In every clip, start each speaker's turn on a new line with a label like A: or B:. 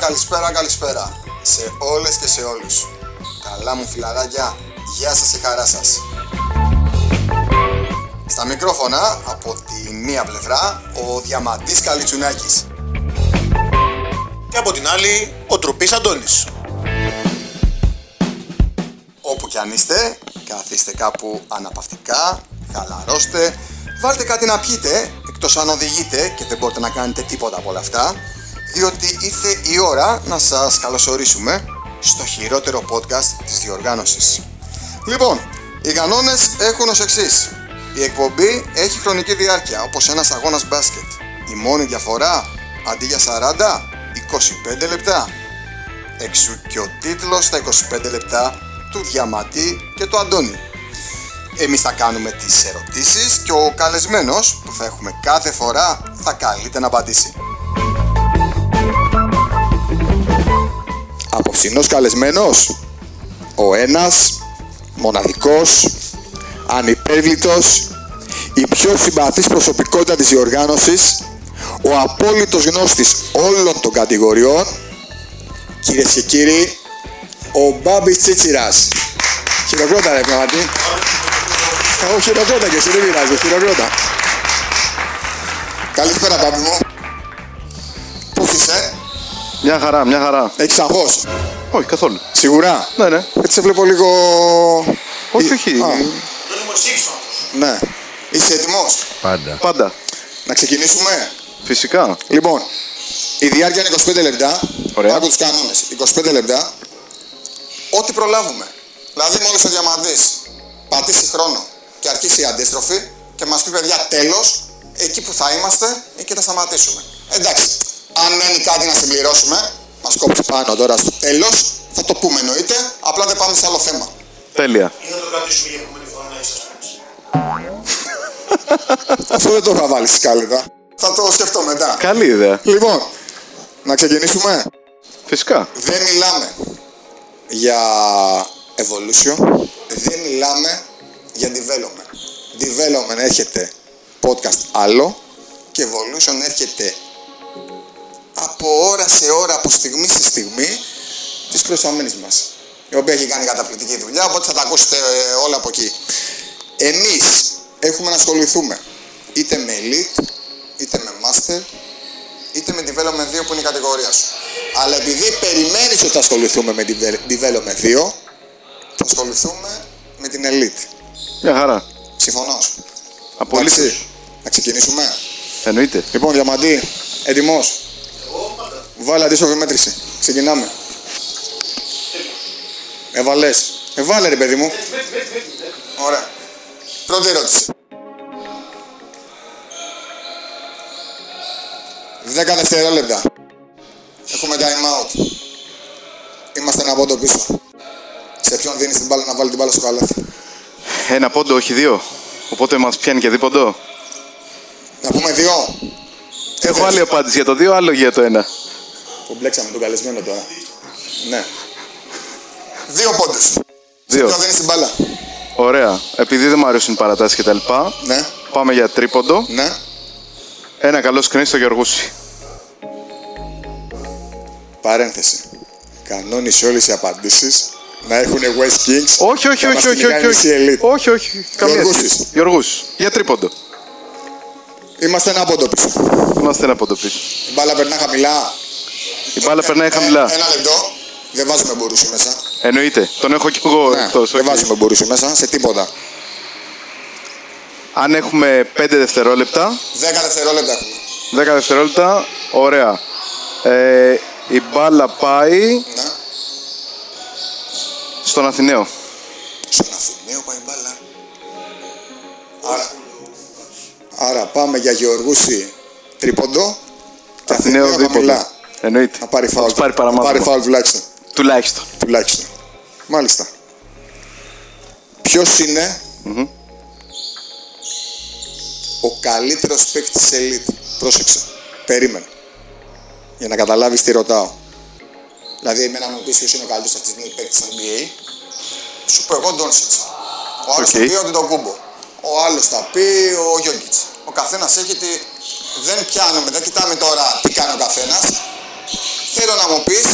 A: καλησπέρα, καλησπέρα σε όλες και σε όλους. Καλά μου φιλαράκια, γεια σας και χαρά σας. Στα μικρόφωνα, από τη μία πλευρά, ο Διαμαντής Καλιτσουνάκης.
B: Και από την άλλη, ο Τρουπής Αντώνης.
A: Όπου κι αν είστε, καθίστε κάπου αναπαυτικά, χαλαρώστε, βάλτε κάτι να πιείτε, εκτός αν οδηγείτε και δεν μπορείτε να κάνετε τίποτα από όλα αυτά, διότι ήρθε η ώρα να σας καλωσορίσουμε στο χειρότερο podcast της διοργάνωσης. Λοιπόν, οι κανόνες έχουν ως εξής. Η εκπομπή έχει χρονική διάρκεια, όπως ένας αγώνας μπάσκετ. Η μόνη διαφορά, αντί για 40, 25 λεπτά. Εξού και ο τίτλος στα 25 λεπτά του Διαματή και του Αντώνη. Εμείς θα κάνουμε τις ερωτήσεις και ο καλεσμένος που θα έχουμε κάθε φορά θα καλείται να απαντήσει. Απόψινός καλεσμένος, ο ένας, μοναδικός, ανυπέρβλητος, η πιο συμπαθής προσωπικότητα της διοργάνωσης, ο απόλυτος γνώστης όλων των κατηγοριών, κυρίες και κύριοι, ο Μπάμπης Τσίτσιρας. Χειροκρότα ρε πραγματί. Εγώ χειροκρότα και εσύ δεν πειράζει, χειροκρότα. Καλησπέρα Μπάμπη μου. Πώς είσαι,
C: Μια χαρά, μια χαρά.
A: έχεις αγχώς,
C: Όχι καθόλου.
A: σίγουρα.
C: Ναι, ναι.
A: Έτσι σε βλέπω λίγο...
C: Όχι, όχι.
A: Α,
B: Δεν μου εξήγησαν.
A: ναι. Είσαι έτοιμος.
C: Πάντα.
A: Να ξεκινήσουμε.
C: Φυσικά.
A: Λοιπόν, η διάρκεια είναι 25 λεπτά.
C: Ωραία.
A: Άκου του κανόνε. 25 λεπτά. Ό,τι προλάβουμε. Δηλαδή, μόλι ο διαμαντή πατήσει χρόνο και αρχίσει η αντίστροφη και μας πει παιδιά τέλος, εκεί που θα είμαστε, εκεί θα σταματήσουμε. Εντάξει. Αν μένει κάτι να συμπληρώσουμε, μας κόψεις πάνω τώρα στο τέλος, θα το πούμε εννοείται. Απλά δεν πάμε σε άλλο θέμα.
C: Τέλεια.
B: Ή θα το κρατήσουμε για επόμενη φορά να είσαι ασφαλής.
A: Αυτό δεν το είχα βάλει σκάλιδα. Θα το σκεφτώ μετά.
C: Καλή ιδέα.
A: Λοιπόν, να ξεκινήσουμε.
C: Φυσικά.
A: Δεν μιλάμε για evolution, δεν μιλάμε για development. Development έρχεται podcast άλλο και evolution έρχεται από ώρα σε ώρα, από στιγμή σε στιγμή της προϊσταμένης μας η οποία έχει κάνει καταπληκτική δουλειά, οπότε θα τα ακούσετε ε, όλα από εκεί. Εμείς έχουμε να ασχοληθούμε είτε με elite, είτε με master, είτε με development 2 που είναι η κατηγορία σου. Αλλά επειδή περιμένεις ότι θα ασχοληθούμε με devel- development 2, θα ασχοληθούμε με την elite.
C: Μια χαρά.
A: Συμφωνώ.
C: Απολύτως.
A: Εντάξει, Να ξεκινήσουμε.
C: Εννοείται.
A: Λοιπόν, Διαμαντή, έτοιμος. Βάλε αντίστοιχη μέτρηση. Ξεκινάμε. Εβαλές. Εβάλε ρε παιδί μου. Ωραία. Πρώτη ερώτηση. 10 δευτερόλεπτα. Έχουμε time out. Είμαστε ένα πόντο πίσω. Σε ποιον δίνεις την μπάλα να βάλει την μπάλα στο καλάθι.
C: Ένα πόντο, όχι δύο. Οπότε μας πιάνει και δίποντο.
A: Να πούμε δύο.
C: Έχω άλλη απάντηση για το δύο, άλλο για το ένα.
A: Που μπλέξαμε τον καλεσμένο τώρα. Ναι. Δύο πόντους.
C: Δύο.
A: Ποιο δίνει την μπάλα.
C: Ωραία. Επειδή δεν μου αρέσουν οι παρατάσεις και τα λοιπά,
A: Ναι,
C: πάμε για τρίποντο.
A: ναι.
C: Ένα καλό σκριν στο Γεωργούση.
A: Παρένθεση. Κανόνισε όλες οι απαντήσεις να έχουν West Kings.
C: Όχι, όχι,
A: να μας
C: όχι, όχι,
A: την κάνει
C: όχι, όχι.
A: η elite.
C: Όχι, όχι. Καμία
A: Γεωργούσης.
C: σχέση. Γεωργούς. Για τρίποντο.
A: Είμαστε ένα πόντο πίσω.
C: Είμαστε ένα πόντο πίσω.
A: Η μπάλα περνά χαμηλά.
C: Η μπάλα περνάει χαμηλά.
A: Ε, ένα λεπτό. Δεν βάζουμε μπορούσε μέσα.
C: Εννοείται. Τον έχω κι εγώ
A: Ναι,
C: εκτός,
A: δεν
C: όχι.
A: βάζουμε μπορούσε μέσα σε τίποτα.
C: Αν έχουμε 5 δευτερόλεπτα,
A: 10 δευτερόλεπτα έχουμε.
C: 10 δευτερόλεπτα, ωραία. Ε, η μπάλα πάει
A: Ναι.
C: στον Αθηναίο.
A: Στον Αθηναίο πάει η μπάλα. Άρα, άρα πάμε για Γεωργούση τρίποντο και
C: Αθηναίο
A: Αθηναίο
C: δίπολα.
A: χαμηλά.
C: Εννοείται.
A: Να πάρει
C: Θα
A: φάουλ.
C: τους πάρει
A: να πάρει
C: παραμάθημα.
A: φάουλ τουλάχιστον.
C: Τουλάχιστον.
A: τουλάχιστον. Μάλιστα. Ποιος ειναι ο καλύτερος παίκτης elite. Πρόσεξε. Περίμενε. Για να καταλάβεις τι ρωτάω. Δηλαδή, εμένα μου πεις ποιος είναι ο καλύτερος αυτής της στιγμή παίκτη NBA. Σου πω εγώ Ντόνσιτ. Ο άλλος
C: Οκ.
A: θα πει ότι τον κούμπο. Ο άλλος θα πει ο Γιώργιτ. Ο καθένας έχει τη. Δεν πιάνουμε, δεν κοιτάμε τώρα τι κάνει ο καθένας. θέλω να μου πεις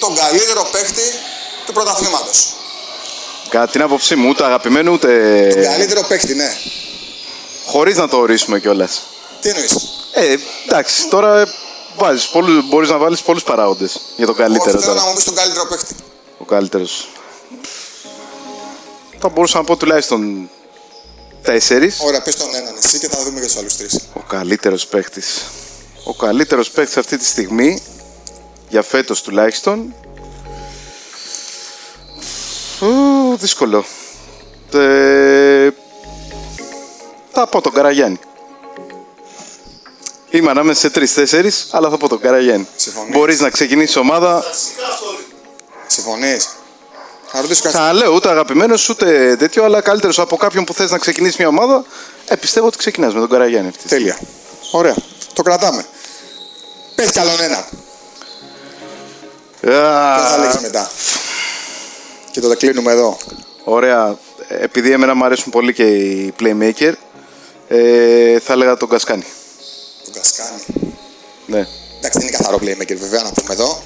A: τον καλύτερο παίκτη του πρωταθλήματος.
C: Κατά την άποψή μου, ούτε αγαπημένο ούτε.
A: Τον καλύτερο παίκτη, ναι.
C: χωρίς να το ορίσουμε κιόλας.
A: Τι εννοείς.
C: Ε, εντάξει, τώρα ε, βάζεις πολλούς, μπορείς να βάλεις πολλούς παράγοντες για τον
A: Όχι,
C: καλύτερο.
A: θέλω να
C: Τώρα.
A: μου πεις τον καλύτερο παίκτη.
C: Ο καλύτερος. Θα μπορούσα να πω τουλάχιστον τέσσερις.
A: Ωραία, πες τον έναν εσύ και θα δούμε για τους άλλους τρεις.
C: Ο καλύτερος παίχτης. Ο καλύτερος παίχτης αυτή τη στιγμή, για φέτος τουλάχιστον. Ου, δύσκολο. Ε, θα πω τον Καραγιάννη. Είμαι ανάμεσα σε τρεις-τέσσερις, αλλά θα πω τον Καραγιάννη.
A: Συμφωνώ.
C: Μπορείς να ξεκινήσεις ομάδα.
A: Συμφωνείς. Να ρωτήσω κάτι.
C: Ξαναλέω, ούτε αγαπημένος ούτε τέτοιο, αλλά καλύτερος από κάποιον που θες να ξεκινήσει μια ομάδα. Ε, πιστεύω ότι ξεκινάς με τον Καραγιάννη αυτή. τη στιγμή.
A: Τέλεια. Ωραία. Το κρατάμε. Πες κι άλλον έναν.
C: Α,
A: Και θα λέξεις μετά. Και το κλείνουμε εδώ.
C: Ωραία. Επειδή εμένα μου αρέσουν πολύ και οι playmaker, ε, θα έλεγα τον Κασκάνη.
A: Τον Κασκάνη.
C: Ναι.
A: Εντάξει, δεν είναι καθαρό playmaker βέβαια να πούμε εδώ.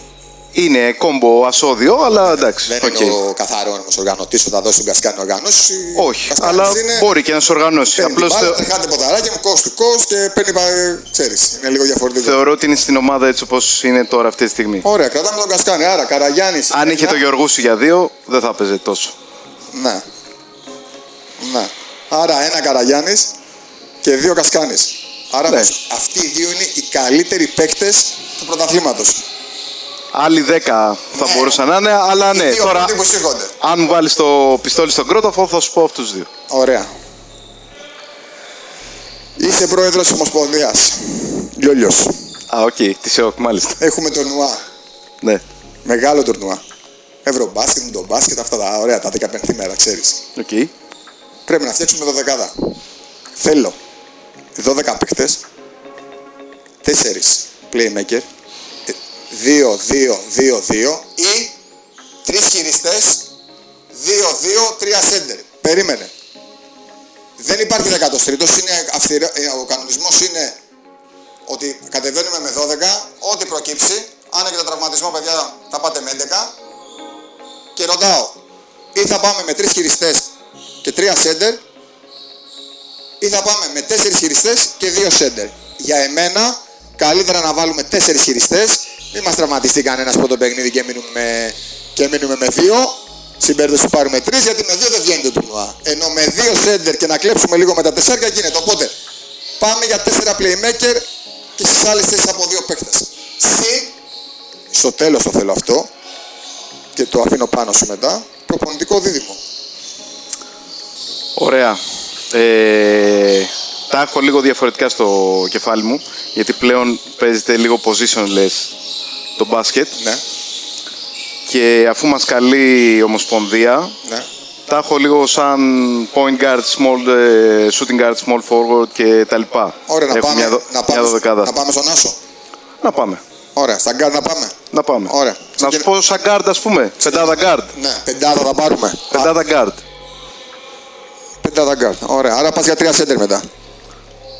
C: Είναι κόμπο ασώδιο, αλλά εντάξει.
A: Δεν
C: οκ.
A: είναι ο καθαρό όμω οργανωτής που θα δώσει τον Κασκάνη οργάνωση.
C: Όχι,
A: Ο Κασκάνης
C: αλλά
A: είναι-
C: μπορεί και να σου οργανώσει.
A: Παίρνει
C: Απλώ
A: την μπάλα, τρεχάτε ποδαράκια μου, coast to coast και παίρνει. πα- ε, Ξέρεις, είναι λίγο διαφορετικό.
C: θεωρώ ότι είναι στην ομάδα έτσι όπως είναι τώρα αυτή τη στιγμή.
A: Ωραία, κρατάμε τον Κασκάνη. Άρα, Καραγιάννης.
C: Αν είχε το Γεωργούση για δύο, δεν θα παίζε τόσο.
A: Ναι. Ναι. Άρα, ένα Καραγιάννης και δύο Κασκάνη. Άρα,
C: Ναι.
A: όμως, αυτοί οι δύο είναι οι καλύτεροι παίκτες του πρωταθλήματος.
C: Άλλοι 10 θα
A: Ναι.
C: μπορούσαν να είναι, αλλά ναι.
A: δύο
C: Τώρα,
A: αυτοί που σήκονται.
C: αν μου βάλεις το πιστόλι στον κρόταφο, θα σου πω αυτούς του δύο.
A: Ωραία. Είσαι πρόεδρος της Ομοσπονδίας. Λιόλιο.
C: Α, οκ, της ΕΟΚ, μάλιστα.
A: Έχουμε τουρνουά.
C: Ναι,
A: Μεγάλο τουρνουά. Ευρωμπάσκετ, με τον μπάσκετ, αυτά τα ωραία, τα 15 μέρα, ξέρεις.
C: οκ.
A: Πρέπει να φτιάξουμε 12. Θέλω 12 παίκτε, 4 playmaker, 2-2-2-2 ή 3 χειριστέ, 2-2-3 center. Περίμενε. Δεν υπάρχει 13ο. Είναι αυστηρό- ε, Ο κανονισμός είναι ότι κατεβαίνουμε με 12, ό,τι προκύψει. Αν έχετε τραυματισμό, παιδιά, θα πάτε με 11. Και ρωτάω, ή θα πάμε με 3 χειριστές και 3 σέντερ, ή θα πάμε με 4 χειριστές και 2 σέντερ. Για εμένα, καλύτερα να βάλουμε 4 χειριστές, μην μας τραυματιστεί κανένας πρώτο παιχνίδι και μείνουμε με, και μείνουμε με 2. Στην περίπτωση που πάρουμε 3, γιατί με 2 δεν βγαίνει το τουρνουά. Ενώ με 2 σέντερ και να κλέψουμε λίγο με τα 4 γίνεται. Οπότε πάμε για 4 playmaker και στις άλλες 4 από 2 παίκτες. Συν, στο τέλος το θέλω αυτό, και το αφήνω πάνω σου μετά, προπονητικό δίδυμο.
C: Ωραία. Ε, τα έχω λίγο διαφορετικά στο κεφάλι μου, γιατί πλέον παίζεται λίγο positionless το μπάσκετ
A: Ναι,
C: και αφού μας καλεί η Ομοσπονδία,
A: ναι.
C: τα έχω λίγο σαν point guard, small, ε, shooting guard, small forward και τα λοιπά.
A: Ωραία, να
C: Έχω
A: πάμε,
C: μια, δο-
A: να,
C: μια
A: πάμε,
C: δωδεκάδα.
A: να πάμε στον Άσο.
C: Να πάμε.
A: Ωραία, στα γκάρ να πάμε.
C: Να πάμε.
A: Ωραία.
C: Να σου πω σαν guard ας πούμε, πεντάδα guard.
A: Ναι, πεντάδα θα πάρουμε. Α,
C: Πεντάδα guard.
A: πεντάδα γκάρ. Ωραία, άρα πας για τρία σέντερ μετά.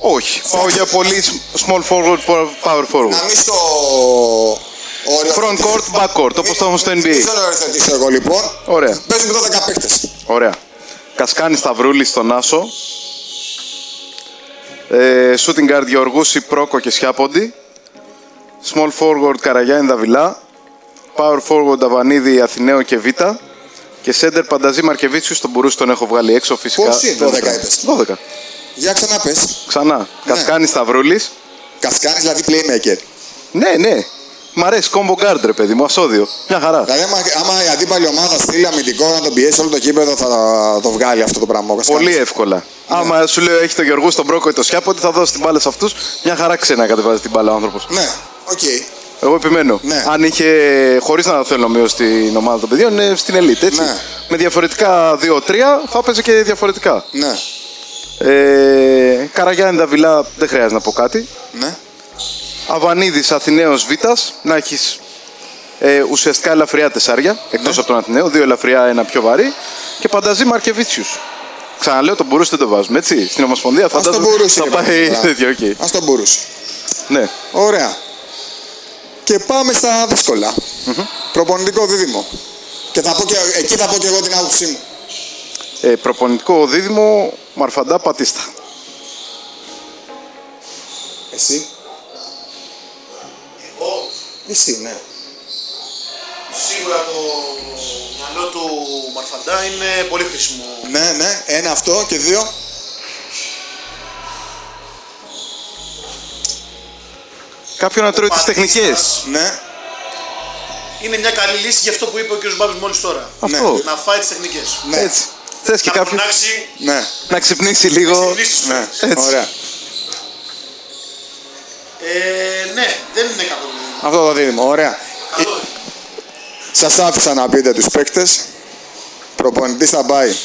C: Όχι, πάω για πολύ small forward, power
A: Να
C: forward.
A: μην στο. όριο-
C: Front court, back court, όπως το έχουν στο
A: Δεν
C: NBA.
A: ξέρω να οριοθετήσω εγώ λοιπόν.
C: Ωραία.
A: Παίζουμε 12 παίχτε.
C: Ωραία. Κασκάνη Σταυρούλη στον Άσο. Ε, shooting guard Γεωργούση, Πρόκο και Σιάποντι. Small forward Καραγιάννη Δαβιλά. Power forward Αβανίδη Αθηναίο και Β. Και center Πανταζή Μαρκεβίτσιους στον Μπουρούση τον έχω βγάλει έξω φυσικά.
A: Πόσοι,
C: Δεν
A: 12
C: τον-
A: είπες?
C: 12.
A: Για ξανά πες.
C: Ξανά. Κασκάνης Σταυρούλης.
A: Κασκάνης δηλαδή playmaker.
C: Ναι, ναι. Μ' αρέσει κόμπο guard ρε παιδί μου, ασώδιο. Μια χαρά.
A: Δηλαδή, άμα, άμα η αντίπαλη ομάδα στείλει αμυντικό να τον πιέσει όλο το κήπεδο, θα το βγάλει αυτό το πράγμα. ο Κασκάνης.
C: Πολύ εύκολα. Άμα σου λέω έχει τον Γεωργού στον Πρόκο ή τον Σιάποντι, θα δώσει την μπάλα σε αυτούς. Μια χαρά ξένα κατεβάζει την μπάλα ο άνθρωπος.
A: Ναι, οκ.
C: Εγώ επιμένω.
A: Ναι.
C: Αν είχε, χωρίς να θέλω να μειώσει την ομάδα των παιδιών, είναι στην ελίτ. Έτσι.
A: Ναι.
C: Με διαφορετικά 2-3 θα παίζει και διαφορετικά.
A: Ναι,
C: Ε, Καραγιάννη Νταβιλά, δεν χρειάζεται να πω κάτι.
A: ναι.
C: Αβανίδης Αθηναίος Β. Να έχεις ε, ουσιαστικά ελαφριά
A: Ναι.
C: τεσσάρια εκτός από τον Αθηναίο. Δύο ελαφριά, ένα πιο βαρύ. Και πανταζή Μαρκεβίτσιους. Ξαναλέω, τον Μπουρούση δεν το βάζουμε έτσι. Στην Ομοσπονδία
A: Ας τον
C: φαντάζομαι
A: μπορούσε.
C: θα πάει τέτοιο. οκ.
A: Ας τον μπορούσε.
C: Ναι.
A: Ωραία. Και πάμε στα δυσκολα Προπονητικό δίδυμο. Και, θα πω και εκεί θα πω και εγώ την άποψή μου.
C: Ε, προπονητικό δίδυμο Μαρφαντά Πατίστα.
A: Εσύ.
B: Εγώ
A: Εσύ, ναι.
B: σίγουρα το μυαλό του Μαρφαντά είναι πολύ χρήσιμο.
A: Ναι, ναι, ένα αυτό και δύο.
C: Κάποιον να τρώει τις τεχνικές.
A: Ναι,
B: Είναι μια καλή λύση για αυτό που είπε ο κ. Μπάμπης μόλις τώρα.
C: Αυτό.
B: Να φάει τις τεχνικές.
A: ναι.
C: Έτσι. Θες και
B: Να
C: κάποιον
B: φωνάξει
A: Ναι,
C: να ξυπνήσει λίγο.
B: λύσεις
A: ναι.
C: Έτσι.
A: Ωραία.
B: Ε, ναι, δεν είναι κακό.
A: Αυτό το δίδυμο, ωραία.
B: Καλό.
A: Σας άφησα να πείτε τους παίκτες. Προπονητής θα πάει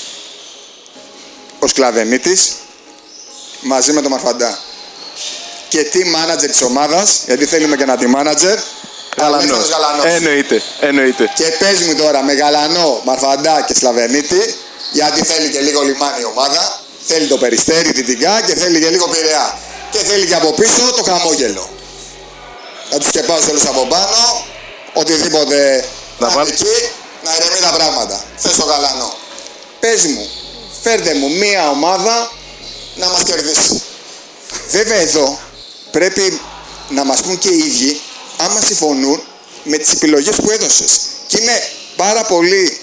A: ο Σκλαβενίτης μαζί με τον Μαρφαντά. Και τι μάνατζερ της ομάδας, γιατί θέλουμε και ένα τι μάνατζερ. Αλλά μην είναι ο Γαλανός.
C: Εννοείται. Εννοείται.
A: Και πες μου τώρα με Γαλανό, Μαρφαντά και Σλαβενίτη, γιατί θέλει και λίγο λιμάνι η ομάδα, θέλει το περιστέρι δυτικά και θέλει και λίγο πειραιά. Και θέλει και από πίσω το χαμόγελο. Να τους σκεπάσει όλους από πάνω, οτιδήποτε
C: Να
A: να
C: βάλ-
A: εκεί, να ηρεμεί τα πράγματα. Θες το Γαλανό. Πες μου, φέρτε μου μία ομάδα να μας κερδίσει. Βέβαια εδώ πρέπει να μας πούν και οι ίδιοι άμα συμφωνούν με τις επιλογές που έδωσες. Και είμαι πάρα πολύ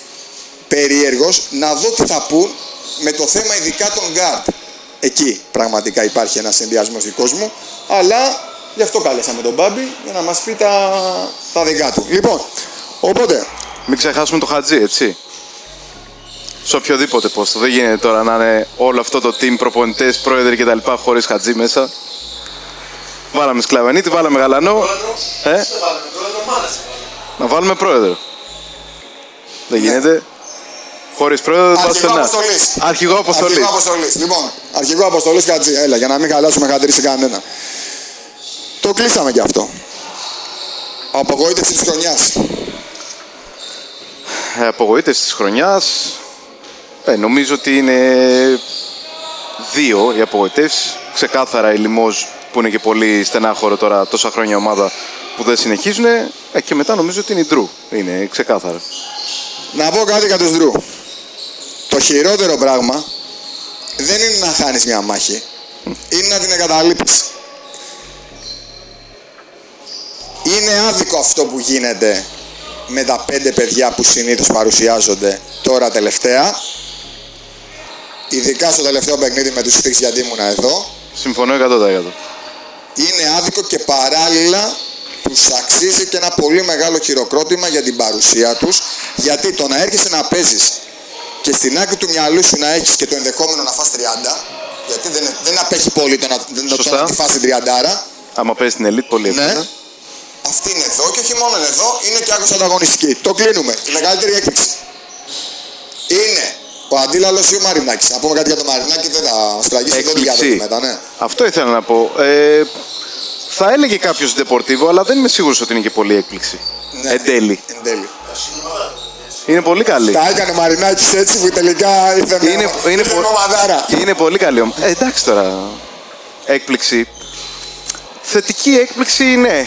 A: περίεργος να δω τι θα πούν με το θέμα ειδικά των γκάρτ. Εκεί πραγματικά υπάρχει ένας συνδυασμός δικός μου, αλλά γι' αυτό κάλεσαμε τον Μπάμπη για να μας πει τα, τα δικά του. Λοιπόν, οπότε,
C: Μην ξεχάσουμε το χατζή, έτσι. Σε οποιοδήποτε πόστο. Δεν γίνεται τώρα να είναι όλο αυτό το team προπονητές, πρόεδροι κτλ. χωρίς χατζή μέσα. Βάλαμε σκλαβενίτη, βάλαμε γαλανό. Ε,
B: Δεν βάλαμε πρόεδρο, μάνατζερ.
C: να βάλουμε πρόεδρο. Δεν γίνεται. Χωρίς πρόεδρο δεν πα
A: Ναι. Αρχηγό
C: πουθενά.
A: αποστολής.
C: Αρχηγό αποστολής.
A: Αρχηγό αποστολής. Λοιπόν, αρχηγό αποστολής Κατζή. Έλα, για να μην χαλάσουμε χαντρί σε κανένα. Το κλείσαμε κι αυτό. Απογοήτευση της χρονιάς.
C: Ε, απογοήτευση της χρονιάς. Ε, νομίζω ότι είναι δύο οι απογοητεύσεις. Ξεκάθαρα η Λιμόζ που είναι και πολύ στενάχωρο τώρα τόσα χρόνια ομάδα που δεν συνεχίζουν. Ε, και μετά νομίζω ότι είναι η Ντρου. Είναι ξεκάθαρα.
A: Να πω κάτι για τους Ντρου. Το χειρότερο πράγμα δεν είναι να χάνεις μια μάχη, είναι να την εγκαταλείπει. Είναι άδικο αυτό που γίνεται με τα πέντε παιδιά που συνήθως παρουσιάζονται τώρα τελευταία. Ειδικά στο τελευταίο παιχνίδι με τους Φίξ γιατί ήμουνα εδώ.
C: Συμφωνώ 100%.
A: είναι άδικο και παράλληλα τους αξίζει και ένα πολύ μεγάλο χειροκρότημα για την παρουσία τους γιατί το να έρχεσαι να παίζεις και στην άκρη του μυαλού σου να έχεις και το ενδεχόμενο να φας 30 γιατί δεν, δεν απέχει πολύ το να, δεν- το
C: Σωστά.
A: να τη φας την 30
C: Άμα παίζεις την ελίτ, πολύ
A: ναι.
C: εύκολα.
A: Αυτή είναι εδώ και όχι μόνο είναι εδώ, είναι και άκουσα ανταγωνιστική. Το κλείνουμε. Η μεγαλύτερη έκπληξη. Είναι ο αντίλαλος ή ο Μαρινάκης. Να πούμε κάτι για το Μαρινάκη, δεν θα στραγίσει το
C: Έκπληξη.
A: διαδίκτυο μετά, ναι.
C: Αυτό ήθελα να πω. Ε, θα έλεγε κάποιος Ντεπορτίβο, αλλά δεν είμαι σίγουρος ότι είναι και πολύ έκπληξη.
A: ναι.
C: Εν τέλει.
A: Εν τέλει.
C: Είναι πολύ καλή.
A: Τα έκανε ο Μαρινάκης έτσι που τελικά ήρθε με
C: Είναι- είναι
A: ήρθε
C: πο-
A: με ομαδάρα.
C: Και είναι πολύ καλή ομάδα. Ε, εντάξει τώρα. Έκπληξη. Θετική έκπληξη, ναι.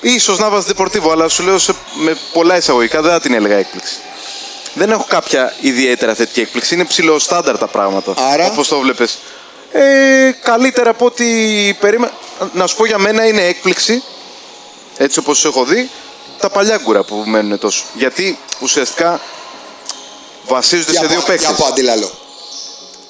C: Ίσως να βάζεις Deportivo, αλλά σου λέω σε, με πολλά εισαγωγικά δεν θα την έλεγα έκπληξη. Δεν έχω κάποια ιδιαίτερα θετική έκπληξη. Είναι ψηλό στάνταρ τα πράγματα.
A: Άρα?
C: Όπως το βλέπεις. Ε, καλύτερα από ό,τι περίμενα. Να σου πω για μένα είναι έκπληξη. Έτσι όπως τους έχω δει. Τα παλιά γκουρα που μένουν τόσο. Γιατί ουσιαστικά βασίζονται
A: Για
C: σε δύο
A: πα-
C: παίκτες.
A: Για από αντίλαλο.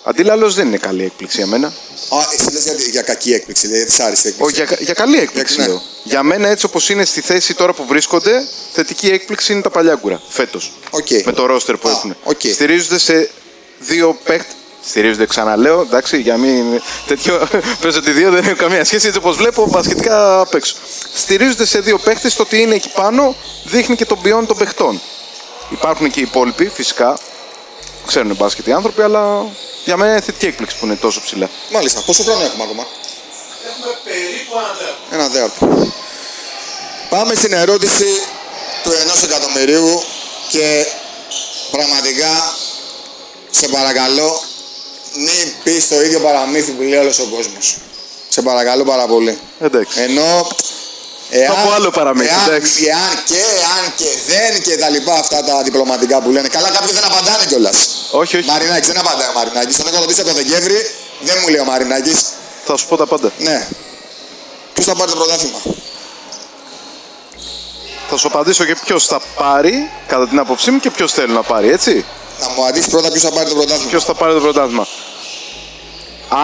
C: Αντίλαλο δεν είναι καλή έκπληξη για μένα.
A: Α, εσύ λες για, για κακή έκπληξη, λέει, της άρεστη
C: Όχι,
A: έκπληξη.
C: για, για καλή έκπληξη
A: Ναι.
C: λέω. Για μένα έτσι όπως είναι στη θέση τώρα που βρίσκονται, θετική έκπληξη είναι τα παλιάγκουρα φέτος.
A: Οκ.
C: Με το ρόστερ που
A: Α,
C: έχουν.
A: οκ.
C: Στηρίζονται σε δύο παίκτ. Στηρίζονται ξαναλέω, εντάξει, για μην τέτοιο παίζω ότι δύο δεν έχουν καμία σχέση, έτσι όπως βλέπω, μπασκετικά απ' έξω. Στηρίζονται σε δύο παίκτες, το ότι είναι εκεί πάνω δείχνει και τον ποιόν των παιχτών. Υπάρχουν και οι υπόλοιποι, φυσικά, ξέρουν μπάσκετ οι άνθρωποι, αλλά για μένα είναι θετική έκπληξη που είναι τόσο ψηλά.
A: Μάλιστα, πόσο χρόνο έχουμε ακόμα.
B: Έχουμε περίπου ένα τέταρτο.
A: Ένα δέατο. Πάμε στην ερώτηση του ενός εκατομμυρίου και πραγματικά σε παρακαλώ μην πεις το ίδιο παραμύθι που λέει όλος ο κόσμος. Σε παρακαλώ πάρα πολύ.
C: Εντάξει.
A: Ενώ Εάν,
C: πω άλλο παραμύθι,
A: εάν,
C: εντάξει.
A: εάν και, εάν και δεν και τα λοιπά αυτά τα διπλωματικά που λένε. Καλά, κάποιοι δεν απαντάνε κιόλας.
C: Όχι, όχι.
A: Μαρινάκης, δεν απαντάει ο Μαρινάκης. Τον έχω ρωτήσει από τον Δεκέμβρη, δεν μου λέει ο Μαρινάκης.
C: Θα σου πω τα πάντα.
A: Ναι. Ποιος θα πάρει το πρωτάθλημα.
C: Θα σου απαντήσω και ποιος θα πάρει, κατά την άποψή μου, και ποιος θέλει να πάρει, έτσι.
A: Να μου αντίσει πρώτα ποιος θα πάρει το πρωτάθλημα.
C: Ποιος θα πάρει το πρωτάθλημα.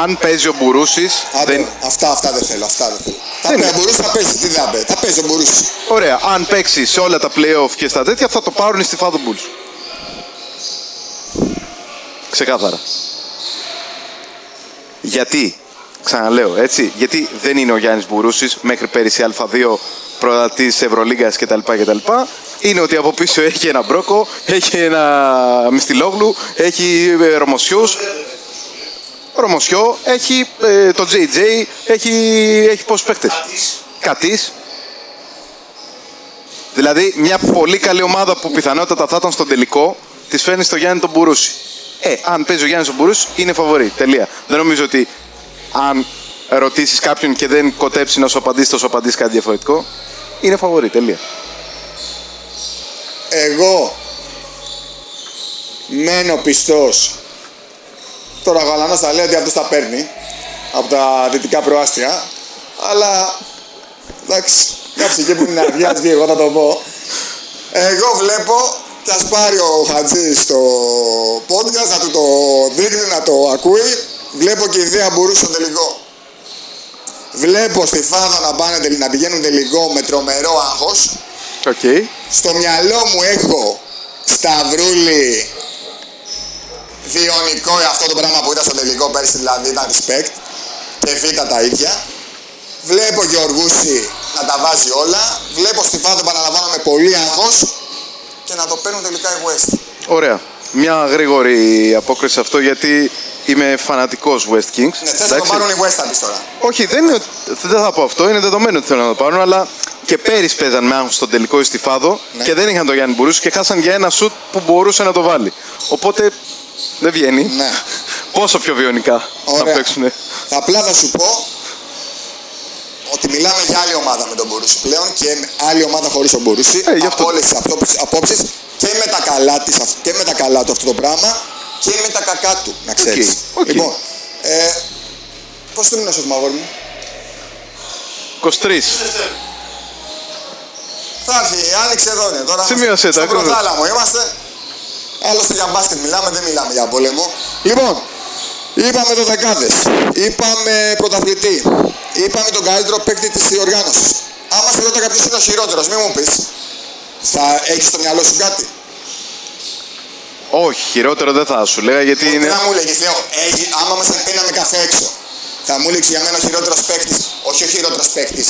C: Αν παίζει ο Μπουρούσης.
A: Άντε,
C: Δεν...
A: Αυτά, αυτά δεν θέλω. Αυτά δεν θέλω. Θα
C: Δεν
A: πει,
C: είναι.
A: μπορούσε να παίζει. Τι θα πει. Θα παίζει, δεν μπορούσε.
C: Ωραία, αν παίξει σε όλα τα playoff και στα τέτοια, θα το πάρουν στη Φάδο Bulls. Ξεκάθαρα. Γιατί, ξαναλέω έτσι, γιατί δεν είναι ο Γιάννης Μπουρούσης μέχρι πέρυσι Α2 πρωτατή Ευρωλίγκα κτλ. κτλ. Είναι ότι από πίσω έχει ένα Μπρόκο, έχει ένα Μιστιλόγλου, έχει ε, Ρωμοσιούς, Ρωμοσιό, έχει ε, τον JJ, έχει, έχει πόσους παίχτες. Κατής. Δηλαδή μια πολύ καλή ομάδα που πιθανότατα θα ήταν στον τελικό, της φέρνεις στο Γιάννη τον Μπουρούση. Ε, αν παίζει ο Γιάννης τον Μπουρούση, είναι φαβορή. Τελεία. Δεν νομίζω ότι αν ρωτήσεις κάποιον και δεν κοτέψει να σου απαντήσει, θα σου απαντήσει κάτι διαφορετικό. Είναι φαβορή. Τελεία.
A: Εγώ μένω πιστός. Τώρα ο Γαλανός θα λέει ότι αυτός τα παίρνει από τα δυτικά προάστια. Αλλά εντάξει, κάψε εκεί που είναι αργιά, τι εγώ θα το πω. Εγώ βλέπω και ας πάρει ο Χατζής το podcast να του το δείχνει, να το ακούει. Βλέπω και η ιδέα μπορούσε στο τελικό. Βλέπω στη Φάδα να, πάνε, να πηγαίνουν τελικό με τρομερό άγχος
C: Οκ.
A: στο μυαλό μου έχω Σταυρούλη Διονικό αυτό το πράγμα που ήταν στο τελικό πέρσι δηλαδή ήταν respect και βήτα τα ίδια βλέπω Γεωργούση να τα βάζει όλα βλέπω στη Φάδο παραλαμβάνω με πολύ άγχος και να το παίρνουν τελικά οι West
C: Ωραία. Μια γρήγορη απόκριση σε αυτό γιατί είμαι φανατικός West Kings.
A: ναι, θες να το
C: Εντάξει.
A: πάρουν οι West θα πεις τώρα
C: Όχι, δεν, είναι, ότι- δεν θα πω αυτό. Είναι δεδομένο ότι θέλουν να το πάρουν. Αλλά και πέρυσι παίζαν με άγχος στον τελικό στη Φάδο
A: Ναι.
C: και δεν είχαν τον Γιάννη Μπουρούση και χάσαν για ένα σουτ που μπορούσε να το βάλει. Οπότε δεν βγαίνει.
A: Ναι.
C: Πόσο πιο βιονικά να
A: Ωραία.
C: παίξουν.
A: Απλά θα σου πω ότι μιλάμε για άλλη ομάδα με τον Μπορούση πλέον και με- άλλη ομάδα χωρίς τον Μπορούση.
C: Ε, γι' αυτό.
A: από όλες τις απόψεις και με τα καλά της, αυ- και με τα καλά του αυτό το πράγμα και με τα κακά του, να ξέρεις.
C: Οκ, οκ.
A: Λοιπόν, ε, πώς το μήνας έχουμε αγόρι μου.
C: 23.
A: Θα έρθει, άνοιξε εδώ είναι. Τώρα
C: Σημείωσε τα,
A: Στον
C: ακούω.
A: προθάλαμο είμαστε. Άλλωστε για μπάσκετ μιλάμε, δεν μιλάμε για πόλεμο. Λοιπόν, είπαμε δωδεκάδες, είπαμε πρωταθλητή, είπαμε τον καλύτερο παίκτη της διοργάνωσης. Άμα σε ρώτα κάποιος είναι ο χειρότερος, μην μου πεις. Θα έχεις στο μυαλό σου κάτι.
C: Όχι, χειρότερο δεν θα σου λέγα γιατί
A: Τι
C: είναι.
A: να μου λέγεις, λέω, «Έχει- άμα μας πίναμε καφέ έξω, θα μου λέγεις για μένα ο χειρότερος παίκτης, όχι ο χειρότερος παίκτης.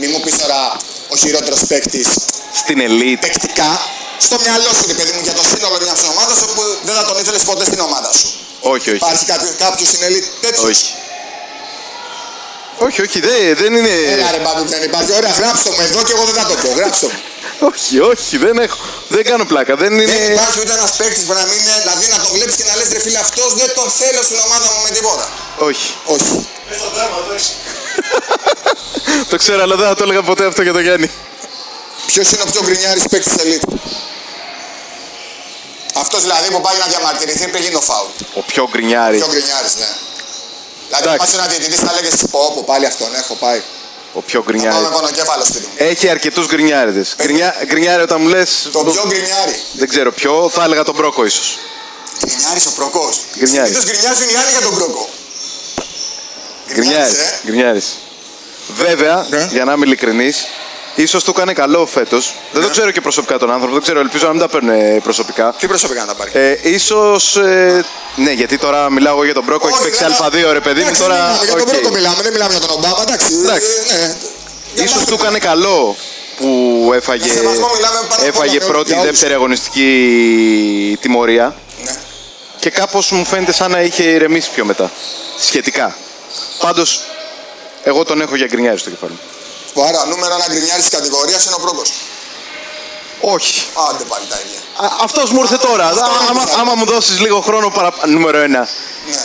A: Μην μου πεις τώρα ο χειρότερος παίκτης
C: Στην elite.
A: παικτικά στο μυαλό σου, ρε παιδί μου, για το σύνολο μιας ομάδας όπου δεν θα τον ήθελες ποτέ στην ομάδα σου.
C: Όχι, όχι.
A: Υπάρχει κάποιο κάποιος είναι elite τέτοιο.
C: Όχι. Όχι, όχι, δεν, δεν είναι.
A: Έλα Ε, ρε μπαμπού, δεν υπάρχει. Ωραία, γράψτε μου εδώ και εγώ δεν θα το πω. Γράψτε μου.
C: Όχι, όχι, δεν έχω. Δεν κάνω πλάκα. Δεν
A: δεν
C: είναι.
A: υπάρχει ούτε ένας παίκτης που να μην είναι, δηλαδή να τον βλέπεις και να λες ρε φίλε αυτός δεν τον θέλω στην ομάδα μου με τίποτα.
C: Όχι.
A: Όχι.
B: στο δράμα εδώ είσαι.
C: Το ξέρω, αλλά δεν θα το έλεγα ποτέ αυτό για τον Γιάννη.
A: Ποιος είναι ο πιο γκρινιάρης παίκτης elite. Αυτός δηλαδή που πάει να διαμαρτυρηθεί πριν γίνει το φάουλ.
C: Ο πιο γκρινιάρης.
A: Πιο γκρινιάρης, ναι. Δηλαδή,
C: Ε. Εντάξει.
A: πας ένα διαιτητή θα λέγε πω, πω, πάλι αυτόν έχω πάει.
C: Ο πιο
A: Θα πάω
C: γκρινιάρη.
A: με πονοκέφαλο σπίτι μου.
C: Έχει αρκετούς γκρινιάριδες. Γκρινιά, γκρινιάρι όταν μου λες.
A: Το πιο γκρινιάρι.
C: Δεν ξέρω ποιο, θα έλεγα τον Μπρόκο ίσως.
A: Γκρινιάρι ο προκό.
C: Γκρινιάρης.
A: Συνήθω γκρινιάζουν οι άλλοι για τον προκό.
C: Γκρινιάρι.
A: ε.
C: Γκρινιάρι. Βέβαια,
A: Ναι.
C: για να είμαι ειλικρινής, ίσως του έκανε καλό φέτος. Δεν
A: Ναι.
C: το ξέρω και προσωπικά τον άνθρωπο, δεν ξέρω, ελπίζω να μην τα παίρνει προσωπικά.
A: Τι προσωπικά να τα πάρει.
C: Ε, ίσως, ε, ναι, γιατί τώρα μιλάω εγώ για τον Μπρόκο, έχει
A: Όχι,
C: παίξει
A: δεν-
C: Α2 ρε παιδί μου,
A: Εντάξει,
C: τώρα.
A: μιλάμε Για τον
C: οκ.
A: προκό μιλάμε, δεν μιλάμε για τον Ομπάμα, εντάξει.
C: Εντάξει.
A: ε, ναι. Για
C: Ίσως
A: μπάσκετ.
C: του έκανε καλό που έφαγε,
A: Με σεβασμό μιλάμε πάνω απ' όλα
C: έφαγε
A: για ό-
C: πρώτη,
A: για όλους.
C: δεύτερη αγωνιστική τιμωρία.
A: Ναι.
C: και κάπως μου φαίνεται σαν να είχε ηρεμήσει πιο μετά. Σχετικά. Πάντως, εγώ τον έχω για γκρινιάρι στο κεφάλι. μου.
A: Άρα, νούμερο ένα γκρινιάρι της κατηγορίας είναι ο προκό.
C: Όχι.
A: Άντε πάλι τα ίδια.
C: Αυτός μου ήρθε τώρα. Α, Άμα, άμα μου δώσεις λίγο χρόνο παρα... Νούμερο 1.
A: Ναι.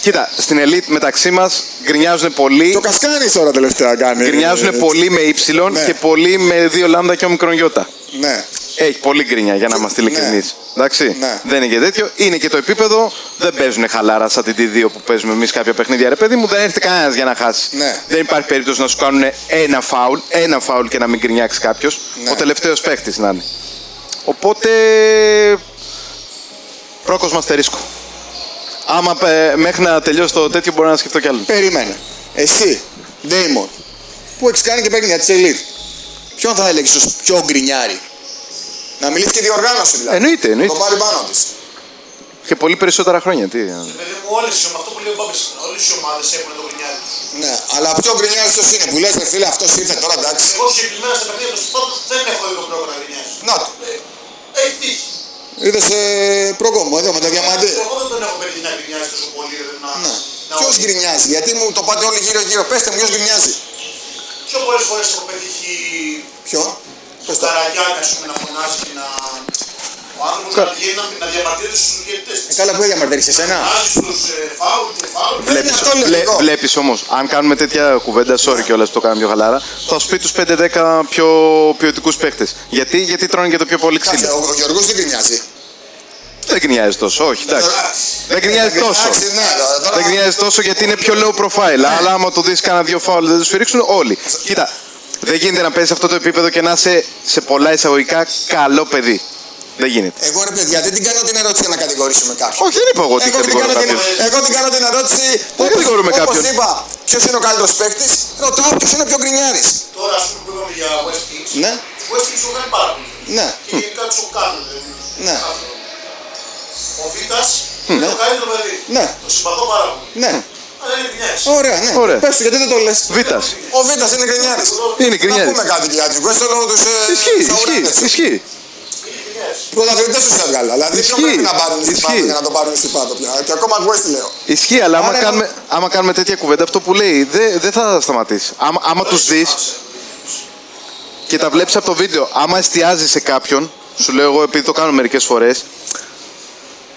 C: Κοίτα, στην ελίτ μεταξύ μας γκρινιάζουν πολύ.
D: Το κασκάνι τώρα τελευταία κάνει. Ε,
C: Γκρινιάζουν
A: Ε,
C: πολύ με Y
D: Ναι.
C: και πολύ με δύο λάμδα και όμικρον γιώτα.
D: Ναι.
C: Έχει πολύ γκρινιά για να είμαστε ειλικρινείς. Εντάξει.
D: Ναι.
C: Δεν είναι και τέτοιο. Είναι και το επίπεδο. Δεν παίζουν χαλάρα σαν την T2 που παίζουμε εμείς κάποια παιχνίδια. Ρε παιδί μου, δεν έρχεται κανένας για να χάσει.
D: Ναι.
C: Δεν υπάρχει περίπτωση να σου κάνουν ένα φάουλ, ένα φάουλ και να μην γκρινιάξει κάποιος.
D: Ναι.
C: Ο τελευταίος παίχτης να είναι. Οπότε. Πρόκο μα ρίσκο. Άμα ε, μέχρι να τελειώσει το τέτοιο μπορεί να σκεφτώ κι άλλον.
D: Περίμενε. Εσύ, Ντέιμον, που έχεις κάνει και παίρνει για της Elite, ποιον θα έλεγες ως πιο γκρινιάρι.
A: Να μιλήσει και η διοργάνωση δηλαδή.
C: Εννοείται,
D: Ε,
C: εννοείται.
A: Το πάρει πάνω της.
C: Και πολύ περισσότερα χρόνια. Τι. ε,
B: Παιδί μου, όλες οι ομάδε, αυτό που λέει ο Μπάμπης, όλες οι ομάδες έχουν το γκρινιάρι τους.
A: Ναι, αλλά πιο γκρινιάρη είναι που λες, ρε φίλε, αυτός ήρθε τώρα εντάξει.
B: Εγώ συγκεκριμένα στα παιχνίδια του Σπάρτου δεν έχω δει τον πρόεδρο να γκρινιάζει.
A: Να το.
B: Έχει τύχει.
A: Είδες ε, προκόμμα εδώ με το διαμαντή.
B: Εγώ δεν τον έχω πετύχει να γκρινιάζει τόσο πολύ. ρε, Να...
A: Ναι.
B: να-
A: Ποιος γκρινιάζει, γιατί μου το πάτε όλοι γύρω-γύρω. Πετε μου, ποιος γκρινιάζει.
B: Πιο πολλές φορές έχω πετύχει
A: Ποιο. Πες το.
B: στα ραγιάκια ας πούμε, να φωνάζει και να. Ο άνθρωπος να πηγαίνει να- να διαμαρτύρεται στους διαιτητέ.
A: Ε, Καλά που διαμαρτύρεις εσένα.
B: Φωνάζει στου ε, φάουλ και φάουλ.
A: Βλέπεις, αυτό λέω εγώ.
C: Βλέπεις όμως, αν κάνουμε τέτοια κουβέντα, sorry κιόλας που το κάνουμε πιο χαλάρα, θα σου πει τους 5-10 πιο ποιοτικούς παίχτες. Γιατί, γιατί τρώνε και το πιο πολύ
A: Κάτσε,
C: ξύλο.
A: ο, ο Γιώργος δεν γκρινιάζει.
C: Δεν κρινιάζει τόσο, όχι, εντάξει. Δεν κρινιάζει τόσο.
A: Ε, Εντάξει, ναι, τώρα-
C: Δεν κρινιάζει τόσο γιατί είναι πιο low profile. Αλλά άμα το δει κάνα δύο φάουλ δεν τους φυρίξουν όλοι. Κοίτα, δεν γίνεται να παίζεις αυτό το επίπεδο και να είσαι σε πολλά εισαγωγικά καλό παιδί. Δεν γίνεται.
A: Εγώ ρε παιδιά, δεν την κάνω την ερώτηση για να κατηγορήσουμε κάποιον.
C: Όχι, δεν είπα εγώ ότι
A: Εγώ την,
C: κατηγορώ
A: κάνω την,
C: κάποιον.
A: εγώ την κάνω την ερώτηση.
C: Δεν κατηγορούμε
A: Όπως
C: κάποιον.
A: είπα, ποιος είναι ο καλύτερος παίκτης, ρωτάω ποιος είναι ο πιο γκρινιάρης.
B: Τώρα ας πούμε που είπαμε για West Kings.
A: Ναι.
B: West Kings το κάνει πάρα πολύ.
A: Ναι.
B: Και γενικά τους κάνουν. δεν είναι.
A: Ναι.
B: Ο Βίτας είναι το καλύτερο παιδί.
A: Ναι.
B: Το συμπαθώ πάρα πολύ.
A: Ναι.
B: Αλλά είναι γκρινιάζει.
A: Ωραία, ναι.
C: Ωραία.
A: Πες του, γιατί δεν το λες.
C: Β.
A: Ο Βίτα είναι γκρινιάρης.
C: Είναι
A: Να
C: γκρινιάζει.
A: πούμε κάτι για του Γκουέστο λόγω ε, του.
C: Ισχύει, ισχύει, ισχύει.
B: Είναι γκρινιάζει.
A: Πρωταθλητές τους έβγαλα. Δηλαδή, ποιον
C: Ισχύει.
A: πρέπει να πάρουν στην
C: Ισχύει.
A: πάτο για να το πάρουν στην πάτο πια. Και ακόμα West λέω.
C: Ισχύει, αλλά άμα
A: Άρα,
C: κάνουμε, άμα κάνουμε τέτοια κουβέντα, αυτό που λέει δεν δεν θα σταματήσει. Άμα, άμα τους δει και τα βλέπεις από το βίντεο, άμα εστιάζει σε κάποιον, σου λέω εγώ επειδή το κάνω μερικές φορές,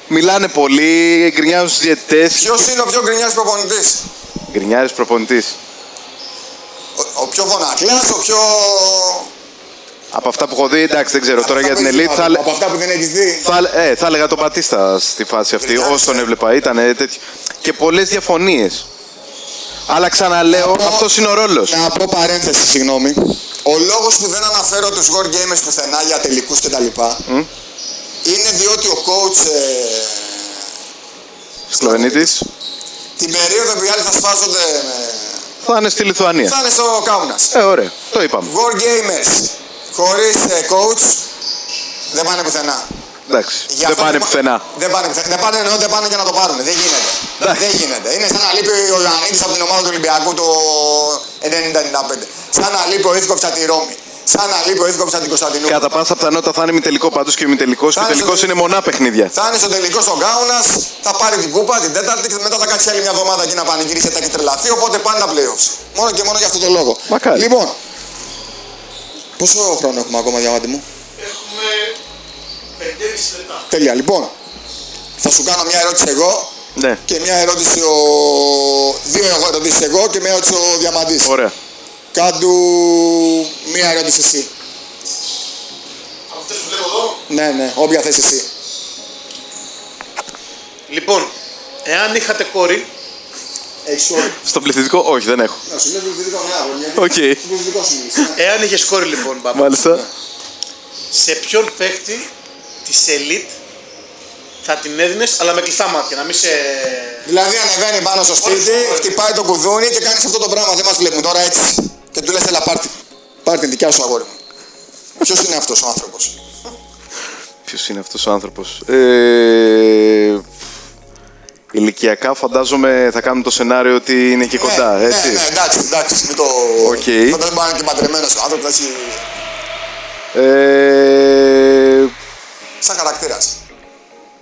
C: μιλάνε πολύ, γκρινιάζουν στους διαιτητές.
A: Ποιος είναι ο πιο γκρινιάρη προπονητή.
C: Γκρινιάρη προπονητής.
A: Ο, ο πιο γονακλά, ο πιο.
C: Από αυτά που έχω δει, εντάξει, δεν ξέρω τώρα για την
A: Από
C: ελίτ.
A: αυτά
C: Θα,
A: που- Από αυτά που δεν έχεις δει.
C: θα, ε, θα έλεγα τον Πατίστα στη φάση αυτή,
A: Γκρινιάζεις,
C: όσο τον
A: ε.
C: έβλεπα. Ήταν τέτοιο. Και πολλές διαφωνίες. Αλλά ξαναλέω,
A: πω-
C: αυτός είναι ο ρόλος.
D: Να πω παρένθεση, συγγνώμη.
A: Ο λόγος που δεν αναφέρω τους World Gamers πουθενά για τελικούς κτλ. Είναι διότι ο coach ε,
C: Σλοβενίτης
A: την περίοδο που οι άλλοι θα σφάζονται. ε,
C: θα είναι στη Λιθουανία.
A: Θα είναι στο Κάουνας.
C: Ε, ωραία. Το είπαμε.
A: War Gamers χωρίς coach δεν πάνε πουθενά.
C: Εντάξει.
A: Γι'
C: δεν
A: αυτό
C: πάνε
A: που-
C: πουθενά.
A: Δεν πάνε πουθενά. Δεν πάνε εννοώ δεν πάνε για να το πάρουν. Δεν γίνεται.
C: Εντάξει.
A: Δεν γίνεται. Είναι σαν να λείπει ο Ιωαννίδης από την ομάδα του Ολυμπιακού το 1995. Σαν να λείπει ο Ιφκοφ από τη Ρώμη. Σαν να λείπει ο Ιφκοφ από την Κωνσταντινούπολη.
C: Κατά πάσα πιθανότητα θα είναι μη τελικό πάντως και μη τελικός. Και
A: Θα είναι
C: τελικός
A: στο-
C: είναι μονά παιχνίδια.
A: Θα είναι στο τελικό στον Κάουνας, θα πάρει την κούπα την Τέταρτη και μετά θα κάτσει άλλη μια εβδομάδα εκεί να πανηγυρίσετε και τρελαθεί. Οπότε πάνε τα playoffs. Μόνο και μόνο για αυτό το λόγο.
C: Μακάρι.
A: Λοιπόν, πόσο χρόνο έχουμε ακόμα, διαμάντη μου.
B: Έχουμε 5,5 λεπτά.
A: Τέλεια. Λοιπόν, θα σου κάνω μια ερώτηση εγώ
C: Ναι.
A: και μια ερώτηση ο. Δύο ερωτήσει εγώ και μια ερώτηση ο Διαμαντής.
C: Ωραία.
A: Κάντου μια ερώτηση εσύ.
B: Από αυτές που βλέπω εδώ,
A: Ναι, ναι, όποια θες εσύ.
B: Λοιπόν, εάν είχατε κόρη,
A: Έχεις όλοι.
C: Στον πληθυντικό, όχι, δεν έχω.
A: Να σου λες πληθυντικό, ναι, αγόρι, γιατί
C: Οκ.
A: πληθυντικό σου μιλήσεις, ναι.
B: εάν είχες κόρη λοιπόν, μπαμπά,
C: Μάλιστα.
B: σε ποιον παίχτη της ελίτ θα την έδινες, αλλά με κλειστά μάτια, να μην σε.
A: Δηλαδή ανεβαίνει πάνω στο σπίτι,
B: Όχι.
A: χτυπάει το κουδούνι και κάνεις αυτό το πράγμα. Δεν μας βλέπουν τώρα έτσι. Και του λες, έλα πάρτι. Πάρτι την δικιά σου αγόρι μου. Ποιος είναι αυτός ο άνθρωπος.
C: Ποιος είναι αυτός ο άνθρωπος. Ε, ηλικιακά φαντάζομαι θα κάνουμε το σενάριο ότι είναι εκεί κοντά,
A: ναι,
C: έτσι.
A: Ναι, ναι, εντάξει, εντάξει, μην το.
C: Οκ.
A: Φαντάζομαι να είναι και παντρεμένος ο άνθρωπος, έχει.
C: Ε,
A: σαν χαρακτήρας.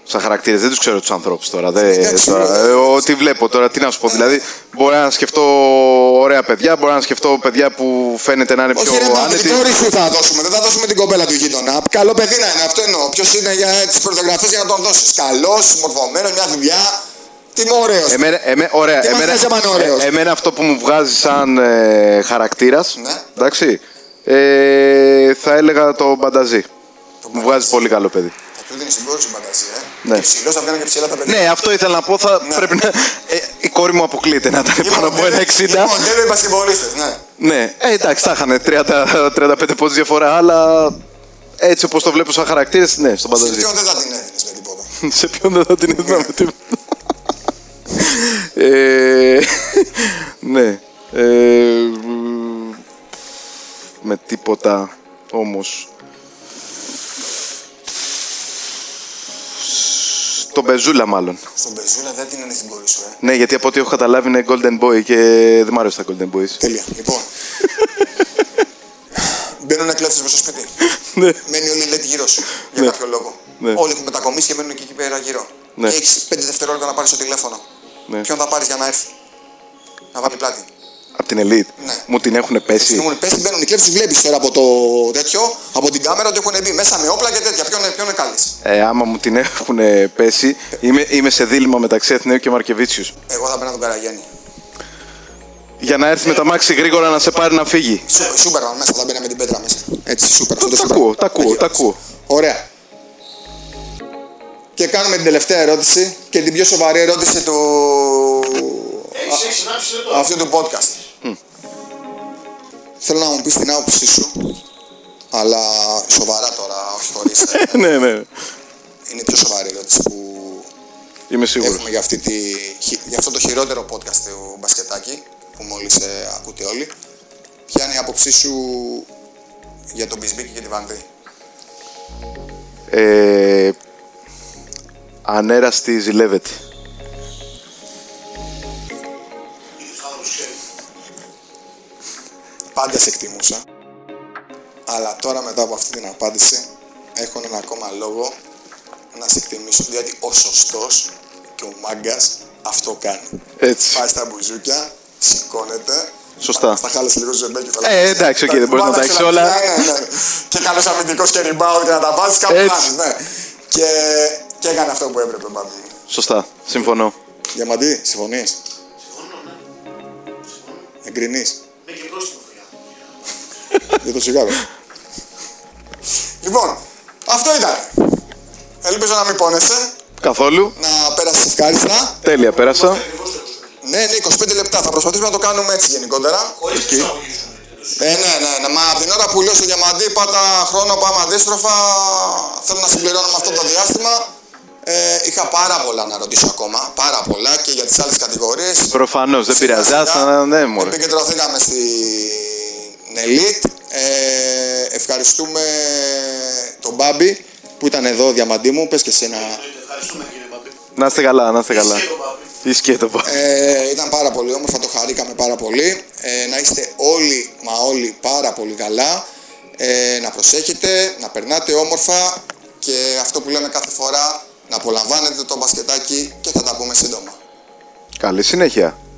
C: σαν χαρακτήρες. Δεν τους ξέρω τους ανθρώπους τώρα. Δεν,
A: Εντάξει,
C: τώρα
A: βέβαια.
C: ε, ό,τι βλέπω τώρα, τι να σου πω. Δηλαδή, μπορώ να σκεφτώ ωραία παιδιά, μπορώ να σκεφτώ παιδιά που φαίνεται να είναι πιο
A: Όχι, ρε, μα
C: άνετοι.
A: την κόρη σου θα δώσουμε. Δεν θα δώσουμε την κοπέλα του γείτονα. Καλό παιδί να είναι, αυτό εννοώ. Ποιος είναι για τις φωτογραφίες για να τον δώσεις. Καλός, συμμορφωμένο, μια δουλειά. Τι είμαι ωραίος.
C: Εμένα, εμέ- ωραία,
A: Τι μας
C: εμένα,
A: νοιάζει άμα είναι ωραίος.
C: ε, εμένα αυτό που μου βγάζει σαν ε, χαρακτήρας.
A: Ναι.
C: Εντάξει. Ε, θα έλεγα το μπανταζή. Μου βγάζει πολύ καλό παιδί.
A: Θα του δίνεις την κόρη σου φαντασία.
C: Ναι.
A: Ναι. Και ψηλό θα βγάλει και ψηλά τα παιδιά.
C: Ναι, Λοιπόν, ε, αυτό ήθελα να πω. Θα πρέπει να. Ε, η κόρη μου αποκλείεται να ήταν πάνω από ένα 60.
A: Λοιπόν, δεν είναι πασχευολίστε, ναι.
C: Ναι, ε, εντάξει, θα είχαν 30-35 πόντους διαφορά, αλλά έτσι όπως το βλέπω σαν χαρακτήρα, ναι, στον
A: Σε
C: πανταζή.
A: ποιον δεν θα την έδινες με τίποτα.
C: Σε ποιον δεν θα την έδινα με τίποτα. Ε, ναι. Ε, μ, με τίποτα όμως. Τον Μπεζούλα μάλλον.
A: Στον Πεζούλα δεν την έδινε την κόρη σου, ε.
C: Ναι, γιατί από ό,τι έχω καταλάβει είναι Golden Boy και δεν μ' άρεσε τα Golden Boys.
A: Τέλεια. Λοιπόν. Μπαίνουν να κλέψουν μέσα στο σπίτι.
C: ναι.
A: Μένει όλη η LED γύρω σου για
C: Ναι.
A: κάποιο λόγο.
C: Ναι.
A: Όλοι έχουν μετακομίσει και μένουν εκεί, εκεί πέρα γύρω.
C: Ναι.
A: Και έχεις 5 δευτερόλεπτα να πάρεις το τηλέφωνο.
C: Ναι.
A: Ποιον θα πάρεις για να έρθει. Να βάλει πλάτη.
C: Από την Elite.
A: Ναι.
C: Μου την έχουν πέσει.
A: Συγγνώμη, πες την μπαίνουν οι κλέψει, βλέπεις τώρα από το τέτοιο, από την κάμερα ότι έχουν μπει μέσα με όπλα και τέτοια. Ποιον, ποιον καλεί.
C: Ε, άμα μου την έχουν πέσει, είμαι, είμαι σε δίλημα μεταξύ Εθνέου και Μαρκεβίτσιους.
A: Εγώ θα παίρνω τον Καραγιάννη.
C: Για να έρθει με τα μάξι γρήγορα να σε πάρει να φύγει.
A: Σούπερ, σούπερμαν μέσα, θα μπαίνει με την πέτρα μέσα. Έτσι, σούπερ. αυτό το
C: Τα
A: σούπερ.
C: ακούω, τα ακούω,
A: Εκεί,
C: τα
A: έτσι.
C: ακούω.
A: Ωραία. Και κάνουμε την τελευταία ερώτηση και την πιο σοβαρή ερώτηση του.
B: Έχεις έχεις συνάψει εδώ.
A: αυτού του podcast. Θέλω να μου πεις την άποψή σου, αλλά σοβαρά τώρα, όχι χωρίς. ε.
C: ναι, ναι.
A: Είναι η πιο σοβαρή ερώτηση που
C: Είμαι σίγουρος.
A: έχουμε για, αυτή τη, χι- για αυτό το χειρότερο podcast του Μπασκετάκη, που μόλις ε, ακούτε όλοι. Ποια είναι η άποψή σου για τον Μπισμπίκη και τη Βανδύ.
C: Ε, ανέραστη ζηλεύεται.
A: Πάντα σε εκτιμούσα. Αλλά τώρα μετά από αυτή την απάντηση έχω έναν ακόμα λόγο να σε εκτιμήσω γιατί ο σωστός και ο μάγκας αυτό κάνει.
C: Έτσι.
A: Πάει στα μπουζούκια, σηκώνεται.
C: Σωστά.
A: Στα χάλασε λίγο ζεμπέκι. θα
C: Ε,
A: τα-
C: εντάξει, οκ, δεν μπορείς να τα έχεις όλα.
A: Ναι, ναι, ναι. Και καλός αμυντικός και rebound και να τα βάζεις κάπου
C: Έτσι.
A: κάνεις, ναι. Και, και έκανε αυτό που έπρεπε, μπαμπι.
C: Σωστά. Συμφωνώ.
A: Διαμαντή, συμφωνείς. ναι. Εγκρινεί.
B: Με και πρόστιμο φιλιά.
A: Για το σιγάρο. λοιπόν, αυτό ήταν. Ελπίζω να μην πόνεσαι,
C: Καθόλου.
A: να πέρασε ευχάριστα.
C: Τέλεια, πέρασα.
A: Ναι, ναι, 25 λεπτά. Θα προσπαθήσουμε να το κάνουμε έτσι γενικότερα.
B: Χωρίς τις αγωγές.
A: Ε, ναι, ναι, ναι. Μα από την ώρα που λέω στο διαμαντή, πάτα χρόνο, πάμε αντίστροφα. Θέλω να συμπληρώνουμε αυτό το διάστημα. Ε, είχα πάρα πολλά να ρωτήσω ακόμα. Πάρα πολλά και για τις άλλες κατηγορίες.
C: Προφανώς δεν πειράζει. Άστα, ναι, μωρέ.
A: Επικεντρωθήκαμε στην Elite. Ε, ευχαριστούμε τον Μπάμπη που ήταν εδώ, διαμαντή μου. Πες και εσένα.
B: Ευχαριστούμε κύριε Μπαμπή.
C: Να είστε καλά, να είστε καλά.
B: Εσύ και τον Μπαμπή.
C: Είσαι και το πα.
A: Ε, ήταν πάρα πολύ όμορφα, το χαρήκαμε πάρα πολύ. Ε, να είστε όλοι, μα όλοι πάρα πολύ καλά. Ε, να προσέχετε, να περνάτε όμορφα και αυτό που λέμε κάθε φορά, να απολαμβάνετε το μπασκετάκι και θα τα πούμε σύντομα.
C: Καλή συνέχεια.